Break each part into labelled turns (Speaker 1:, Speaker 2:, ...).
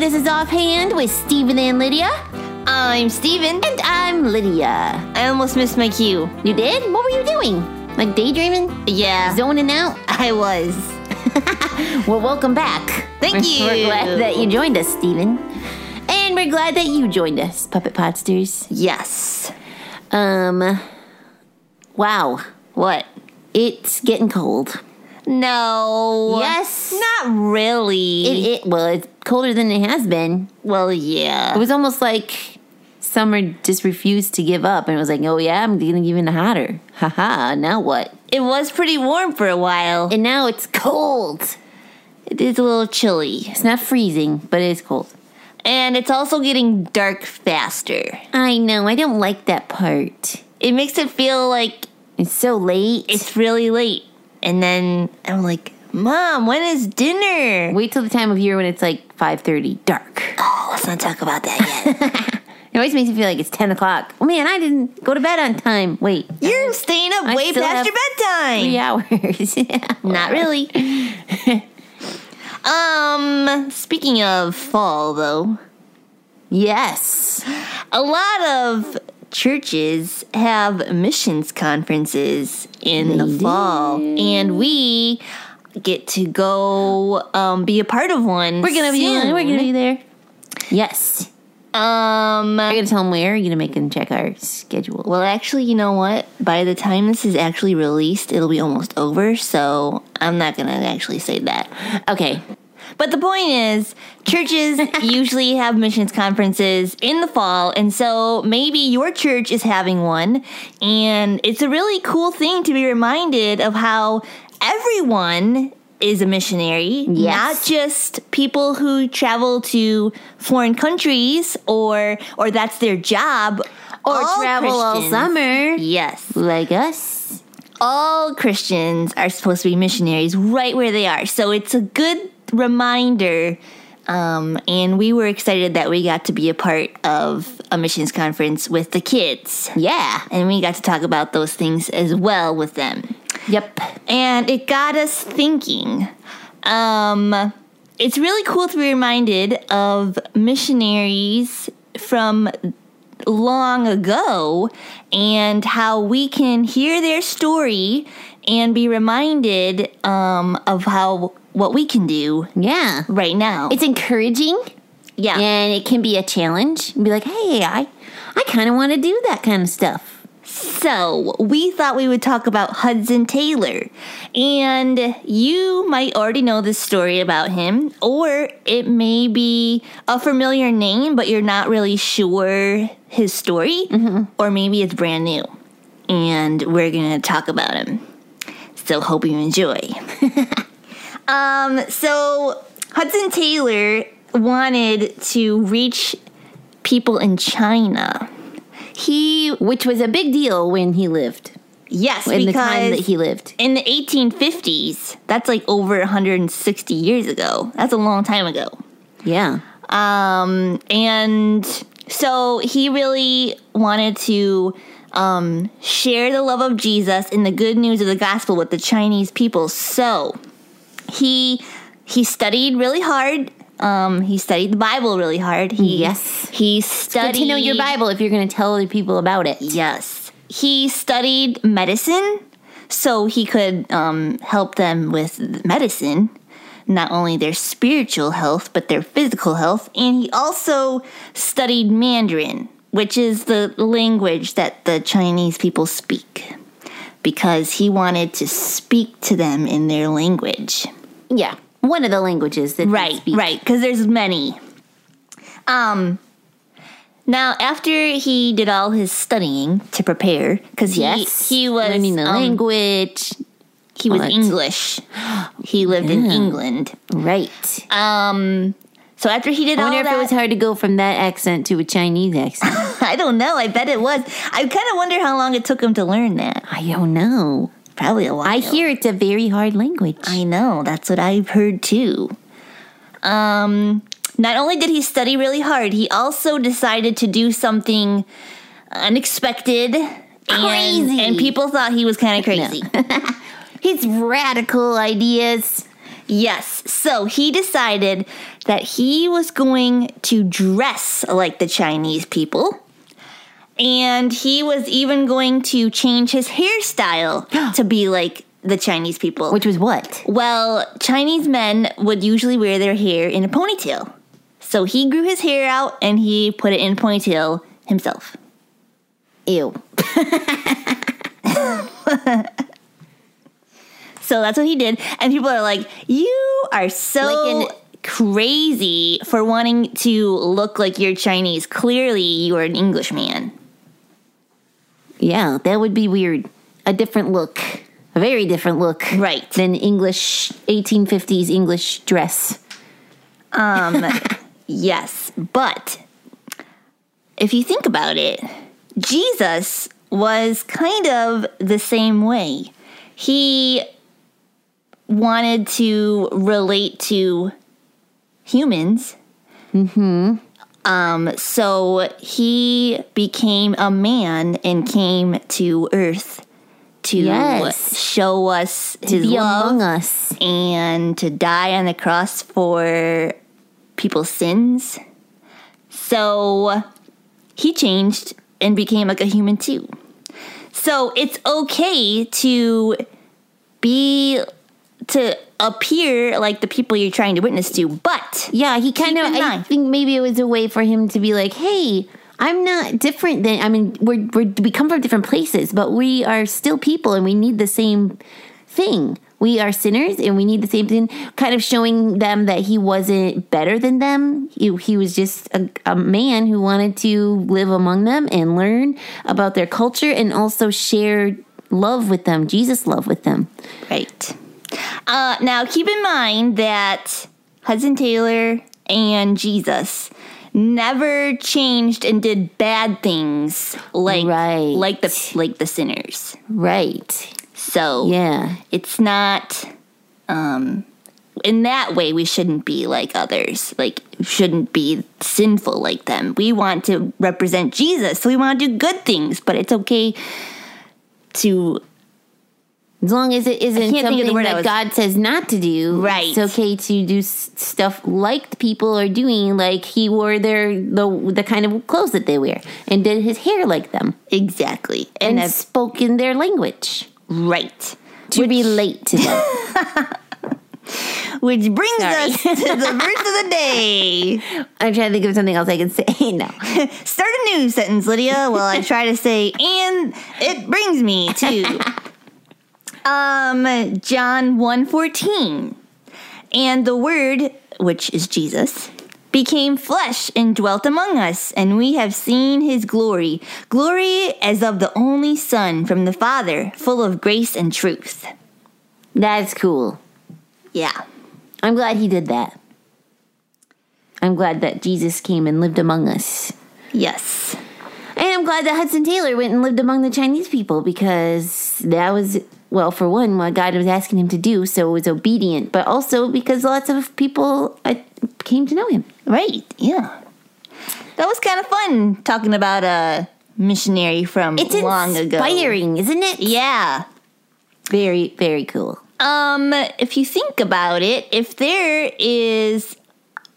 Speaker 1: This is Offhand with Stephen and Lydia.
Speaker 2: I'm Steven.
Speaker 1: And I'm Lydia.
Speaker 2: I almost missed my cue.
Speaker 1: You did? What were you doing? Like daydreaming?
Speaker 2: Yeah,
Speaker 1: Zoning out?
Speaker 2: I was.
Speaker 1: Well, welcome back.
Speaker 2: Thank
Speaker 1: We're- We're
Speaker 2: you.
Speaker 1: glad that you joined us, Stephen. And we're glad that you joined us, Puppet Podsters.
Speaker 2: Yes.
Speaker 1: Um, wow.
Speaker 2: What?
Speaker 1: It's getting cold.
Speaker 2: No.
Speaker 1: Yes.
Speaker 2: Not really.
Speaker 1: It, it, well, it's colder than it has been.
Speaker 2: well,
Speaker 1: It
Speaker 2: yeah.
Speaker 1: was almost like summer just refused to give up and it was like, oh yeah, I'm getting even hotter. Haha, now what?
Speaker 2: It was pretty warm for a while.
Speaker 1: And now it's cold.
Speaker 2: It is a little chilly.
Speaker 1: It's not freezing, but it is cold.
Speaker 2: And it's also getting dark faster.
Speaker 1: I know, I don't like that part.
Speaker 2: It makes it feel like
Speaker 1: It's so late.
Speaker 2: it's really late. And then I'm like, Mom, when is dinner?
Speaker 1: Wait till the time of year when it's like 5.30, dark.
Speaker 2: Oh, let's not talk about that yet.
Speaker 1: It always makes me feel like it's 10 o'clock. Oh man, I didn't go to bed on time. Wait,
Speaker 2: You're staying up
Speaker 1: I
Speaker 2: way
Speaker 1: still
Speaker 2: past
Speaker 1: have
Speaker 2: your bedtime.
Speaker 1: three hours.
Speaker 2: Not really. um, speaking of fall, though,
Speaker 1: Yes.
Speaker 2: a lot of churches have missions conferences in the fall, and we get to go um, be a part of one.
Speaker 1: We're gonna be
Speaker 2: soon.
Speaker 1: we're gonna be there. Yes. I
Speaker 2: Um.
Speaker 1: gotta tell them where. You're gonna make them check our schedule.
Speaker 2: Well, actually, you know what? By the time this is actually released, it'll be almost over, so I'm not gonna actually say that.
Speaker 1: Okay.
Speaker 2: But the point is, churches usually have missions conferences in the fall, and so maybe your church is having one, and it's a really cool thing to be reminded of how everyone is a missionary, not
Speaker 1: Yes.
Speaker 2: just people who travel to foreign countries or or that's their job
Speaker 1: Or travel all
Speaker 2: Christians-
Speaker 1: summer.
Speaker 2: Yes.
Speaker 1: Like us.
Speaker 2: All Christians are supposed to be missionaries right where they are. So it's a good reminder. Um, and we were excited that we got to be a part of a missions conference with the kids.
Speaker 1: Yeah.
Speaker 2: And we got to talk about those things as well with them.
Speaker 1: Yep.
Speaker 2: And it got us thinking. Um, it's really cool to be reminded of missionaries from long ago and how we can hear their story and be reminded um, of how what we can do
Speaker 1: Yeah.
Speaker 2: right now.
Speaker 1: It's encouraging
Speaker 2: yeah.
Speaker 1: and it can be a challenge. Be like, hey, I I kinda wanna do that kind of stuff.
Speaker 2: So, we thought we would talk about Hudson Taylor. And you might already know this story about him, or it may be a familiar name, but you're not really sure his story, or maybe it's brand new. And we're going to talk about him. So, hope you enjoy. um, so, Hudson Taylor wanted to reach people in China. He
Speaker 1: Which was a big deal when he lived.
Speaker 2: Yes,
Speaker 1: In
Speaker 2: because
Speaker 1: the time that he lived.
Speaker 2: in the 1850s, that's like over 160 years ago. That's a long time ago.
Speaker 1: Yeah.
Speaker 2: Um, and so he really wanted to um, share the love of Jesus and the good news of the gospel with the Chinese people. So he he studied really hard. Um, he studied the Bible really hard. He,
Speaker 1: Yes.
Speaker 2: he
Speaker 1: But
Speaker 2: studied
Speaker 1: Mm-hmm. to know your Bible if you're gonna tell other people about it.
Speaker 2: Yes. He studied medicine so he could um, help them with medicine, not only their spiritual health, but their physical health. And he also studied Mandarin, which is the language that the Chinese people speak, because he wanted to speak to them in their language.
Speaker 1: Yeah. One of the languages that they
Speaker 2: Right,
Speaker 1: speak.
Speaker 2: right, because there's many. Um, now after he did all his studying to prepare, because
Speaker 1: Yes.
Speaker 2: he, he was
Speaker 1: learning the
Speaker 2: um,
Speaker 1: language.
Speaker 2: he was
Speaker 1: What?
Speaker 2: English. He lived in
Speaker 1: Yeah.
Speaker 2: England.
Speaker 1: Right.
Speaker 2: Um, so after he did
Speaker 1: I
Speaker 2: all
Speaker 1: wonder if
Speaker 2: that,
Speaker 1: it was hard to go from that accent to a Chinese accent.
Speaker 2: I don't know. I bet it was. I kind of wonder how long it took him to learn that.
Speaker 1: I don't know.
Speaker 2: Probably a while.
Speaker 1: I hear it's a very hard language.
Speaker 2: I know. That's what I've heard too. Um, not only did he study really hard, he also decided to do something unexpected. And,
Speaker 1: Crazy.
Speaker 2: and people thought he was kind of crazy.
Speaker 1: His radical ideas.
Speaker 2: Yes. So he decided that he was going to dress like the Chinese people. And he was even going to change his hairstyle to be like the Chinese people.
Speaker 1: Which was what?
Speaker 2: Well, Chinese men would usually wear their hair in a ponytail. So he grew his hair out and he put it in a ponytail himself.
Speaker 1: Ew.
Speaker 2: So that's what he did. And people are like, you are so
Speaker 1: Like an-
Speaker 2: crazy for wanting to look like you're Chinese. Clearly, you are an Englishman.
Speaker 1: Yeah, that would be weird. A different look. A very different look.
Speaker 2: Right.
Speaker 1: Than English, 1850s English dress.
Speaker 2: Yes, but if you think about it, Jesus was kind of the same way. He wanted to relate to humans. Mm-hmm. Um, so he became a man and came to earth to
Speaker 1: Yes.
Speaker 2: show us his
Speaker 1: be
Speaker 2: love
Speaker 1: among us.
Speaker 2: and to die on the cross for people's sins. So he changed and became like a human too. So it's okay to be to appear like the people you're trying to witness to, but
Speaker 1: Yeah, he kind of.
Speaker 2: in
Speaker 1: I
Speaker 2: mind.
Speaker 1: think maybe it was a way for him to be like, "Hey, I'm not different than. I mean, we're, we're we come from different places, but we are still people, and we need the same thing. We are sinners, and we need the same thing." Kind of showing them that he wasn't better than them. He, he was just a, a man who wanted to live among them and learn about their culture, and also share love with them, Jesus love with them.
Speaker 2: Right. Uh, now, keep in mind that Hudson Taylor and Jesus never changed and did bad things like
Speaker 1: Right.
Speaker 2: like the like the sinners.
Speaker 1: Right?
Speaker 2: So
Speaker 1: Yeah.
Speaker 2: it's not um, in that way we shouldn't be like others. Like shouldn't be sinful like them. We want to represent Jesus, so we want to do good things. But it's okay to
Speaker 1: As long as it isn't
Speaker 2: can't think of the
Speaker 1: something
Speaker 2: word
Speaker 1: that
Speaker 2: I was-
Speaker 1: God says not to do,
Speaker 2: Right.
Speaker 1: It's okay to do s- stuff like the people are doing, like he wore their the the kind of clothes that they wear, and did his hair like them,
Speaker 2: exactly
Speaker 1: and,
Speaker 2: and, that's
Speaker 1: spoke in their language
Speaker 2: right.
Speaker 1: to relate to them.
Speaker 2: Which brings
Speaker 1: Sorry.
Speaker 2: us to the verse of the day.
Speaker 1: I'm trying to think of something else I can say. no,
Speaker 2: Start a new sentence, Lydia, while I try to say, and it brings me to um John 1:14. And the word, which is Jesus, became flesh and dwelt among us, and we have seen his glory, glory as of the only Son from the Father, full of grace and truth.
Speaker 1: that's cool.
Speaker 2: Yeah.
Speaker 1: I'm glad he did that. I'm glad that Jesus came and lived among us.
Speaker 2: Yes.
Speaker 1: And I'm glad that Hudson Taylor went and lived among the Chinese people because that was, well, for one, what God was asking him to do, so it was obedient, but also because lots of people uh, came to know him.
Speaker 2: Right. Yeah. That was kind of fun talking about a missionary from
Speaker 1: It's
Speaker 2: long ago.
Speaker 1: inspiring, isn't it?
Speaker 2: Yeah.
Speaker 1: Very, very cool.
Speaker 2: Um if you think about it, if there is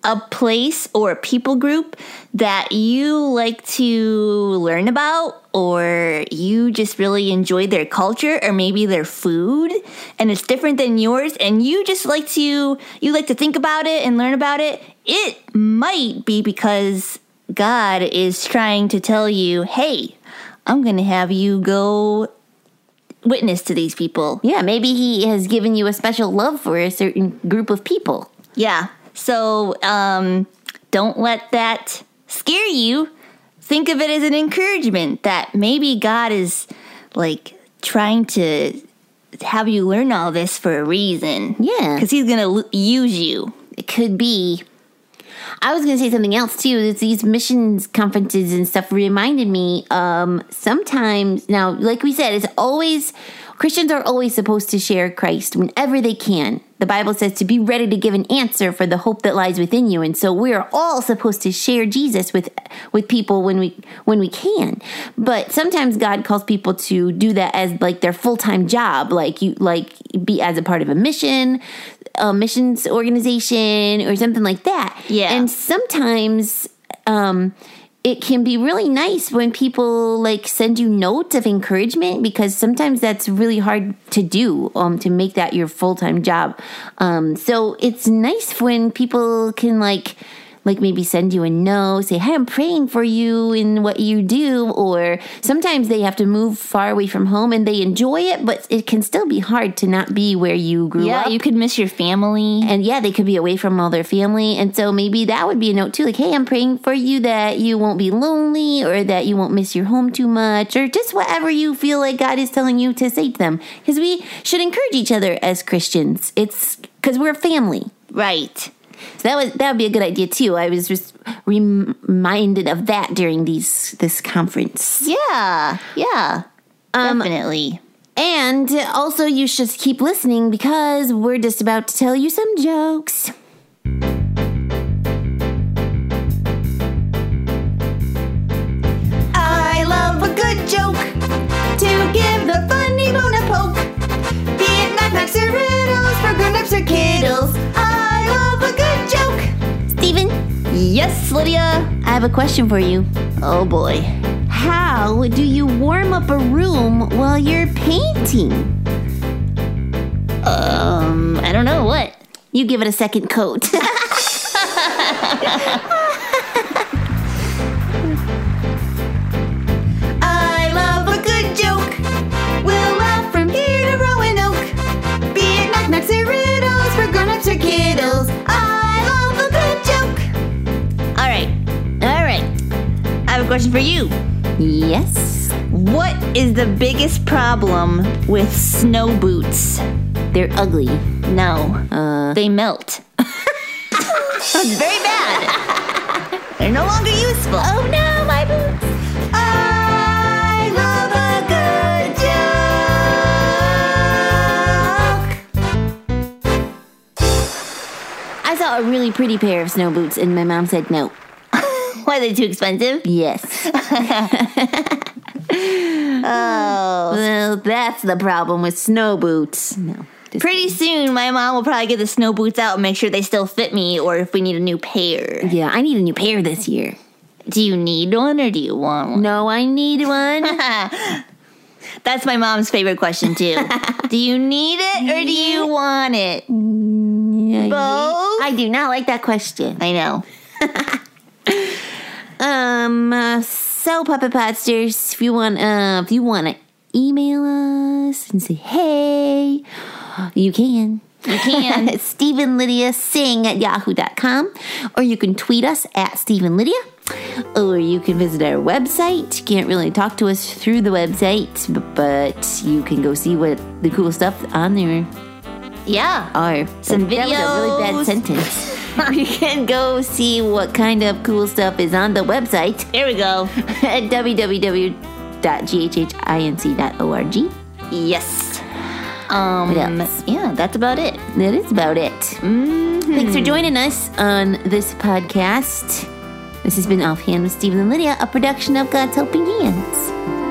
Speaker 2: a place or a people group that you like to learn about or you just really enjoy their culture or maybe their food and it's different than yours and you just like to you like to think about it and learn about it it might be because god is trying to tell you hey i'm going to have you go witness to these people
Speaker 1: Yeah, maybe he has given you a special love for a certain group of people.
Speaker 2: Yeah. So um, don't let that scare you. Think of it as an encouragement that maybe God is like trying to have you learn all this for a reason.
Speaker 1: Yeah.
Speaker 2: Because He's going to l- use you.
Speaker 1: It could be. I was going to say something else too. Is these missions conferences and stuff reminded me. Um, sometimes now, like we said, it's always Christians are always supposed to share Christ whenever they can. The Bible says to be ready to give an answer for the hope that lies within you, and so we are all supposed to share Jesus with with people when we when we can. But sometimes God calls people to do that as like their full time job, like you like be as a part of a mission a missions organization or something like that.
Speaker 2: Yeah.
Speaker 1: And sometimes um, it can be really nice when people like send you notes of encouragement because sometimes that's really hard to do um, to make that your full time job. Um, so it's nice when people can like like maybe send you a no, say, Hey, I'm praying for you in what you do. Or sometimes they have to move far away from home and they enjoy it, but it can still be hard to not be where you grew
Speaker 2: Yeah,
Speaker 1: up.
Speaker 2: you could miss your family.
Speaker 1: and yeah, they could be away from all their family. And so maybe that would be a note too like, Hey, I'm praying for you that you won't be lonely or that you won't miss your home too much or just whatever you feel like God is telling you to say to them. Because we should encourage each other as Christians. It's because we're a family.
Speaker 2: Right.
Speaker 1: So that was that would be a good idea too. I was just reminded of that during these this conference.
Speaker 2: Yeah. Yeah. Um, Definitely.
Speaker 1: And also, you should keep listening because we're just about to tell you some jokes.
Speaker 2: I love a good joke to give the funny bone a poke. Be it knock-knocks or riddles for grown-ups or kiddles. I love a good joke.
Speaker 1: Steven,
Speaker 2: Yes, Lydia.
Speaker 1: I have a question for you.
Speaker 2: Oh boy.
Speaker 1: How do you warm up a room while you're painting?
Speaker 2: Um, I don't know what.
Speaker 1: You give it a second coat.
Speaker 2: I love a good joke. We'll laugh from here to Roanoke. Be it knock-knocks or riddles for grown-ups or kiddles. I love a good joke. All right. All right. I have a question for you.
Speaker 1: yes,
Speaker 2: What is the biggest problem with snow boots?
Speaker 1: they're ugly.
Speaker 2: No,
Speaker 1: Uh,
Speaker 2: they melt. That's very bad. They're no longer useful. Oh no, my boots. I love a good joke.
Speaker 1: I saw a really pretty pair of snow boots, and my mom said no.
Speaker 2: Why are they too expensive?
Speaker 1: Yes.
Speaker 2: Oh.
Speaker 1: Well, that's the problem with snow boots. No. Just-
Speaker 2: Pretty soon, my mom will probably get the snow boots out and make sure they still fit me or if we need a new pair.
Speaker 1: yeah, I need a new pair this year.
Speaker 2: Do you need one or do you want one?
Speaker 1: No, I need one.
Speaker 2: That's my mom's favorite question too. do you need it or do you want it? Both?
Speaker 1: I do not like that question.
Speaker 2: I know.
Speaker 1: Um, uh, so puppet podsters, if you want, uh, if you want to email us and say hey, you can.
Speaker 2: You can.
Speaker 1: Stephen Lydia Sing at yahoo.com, or you can tweet us at Stephen Lydia, or you can visit our website. You can't really talk to us through the website, b- but you can go see what the cool stuff on there
Speaker 2: yeah.
Speaker 1: are.
Speaker 2: Some
Speaker 1: That was a really
Speaker 2: videos.
Speaker 1: bad sentence. you can go see what kind of cool stuff is on the website
Speaker 2: There we go.
Speaker 1: at www.ghhinc.org.
Speaker 2: Yes. Um
Speaker 1: else?
Speaker 2: yeah, that's about it.
Speaker 1: That is about it. Thanks for joining us on this podcast. This has been Offhand with Stephen and Lydia, a production of God's Helping Hands.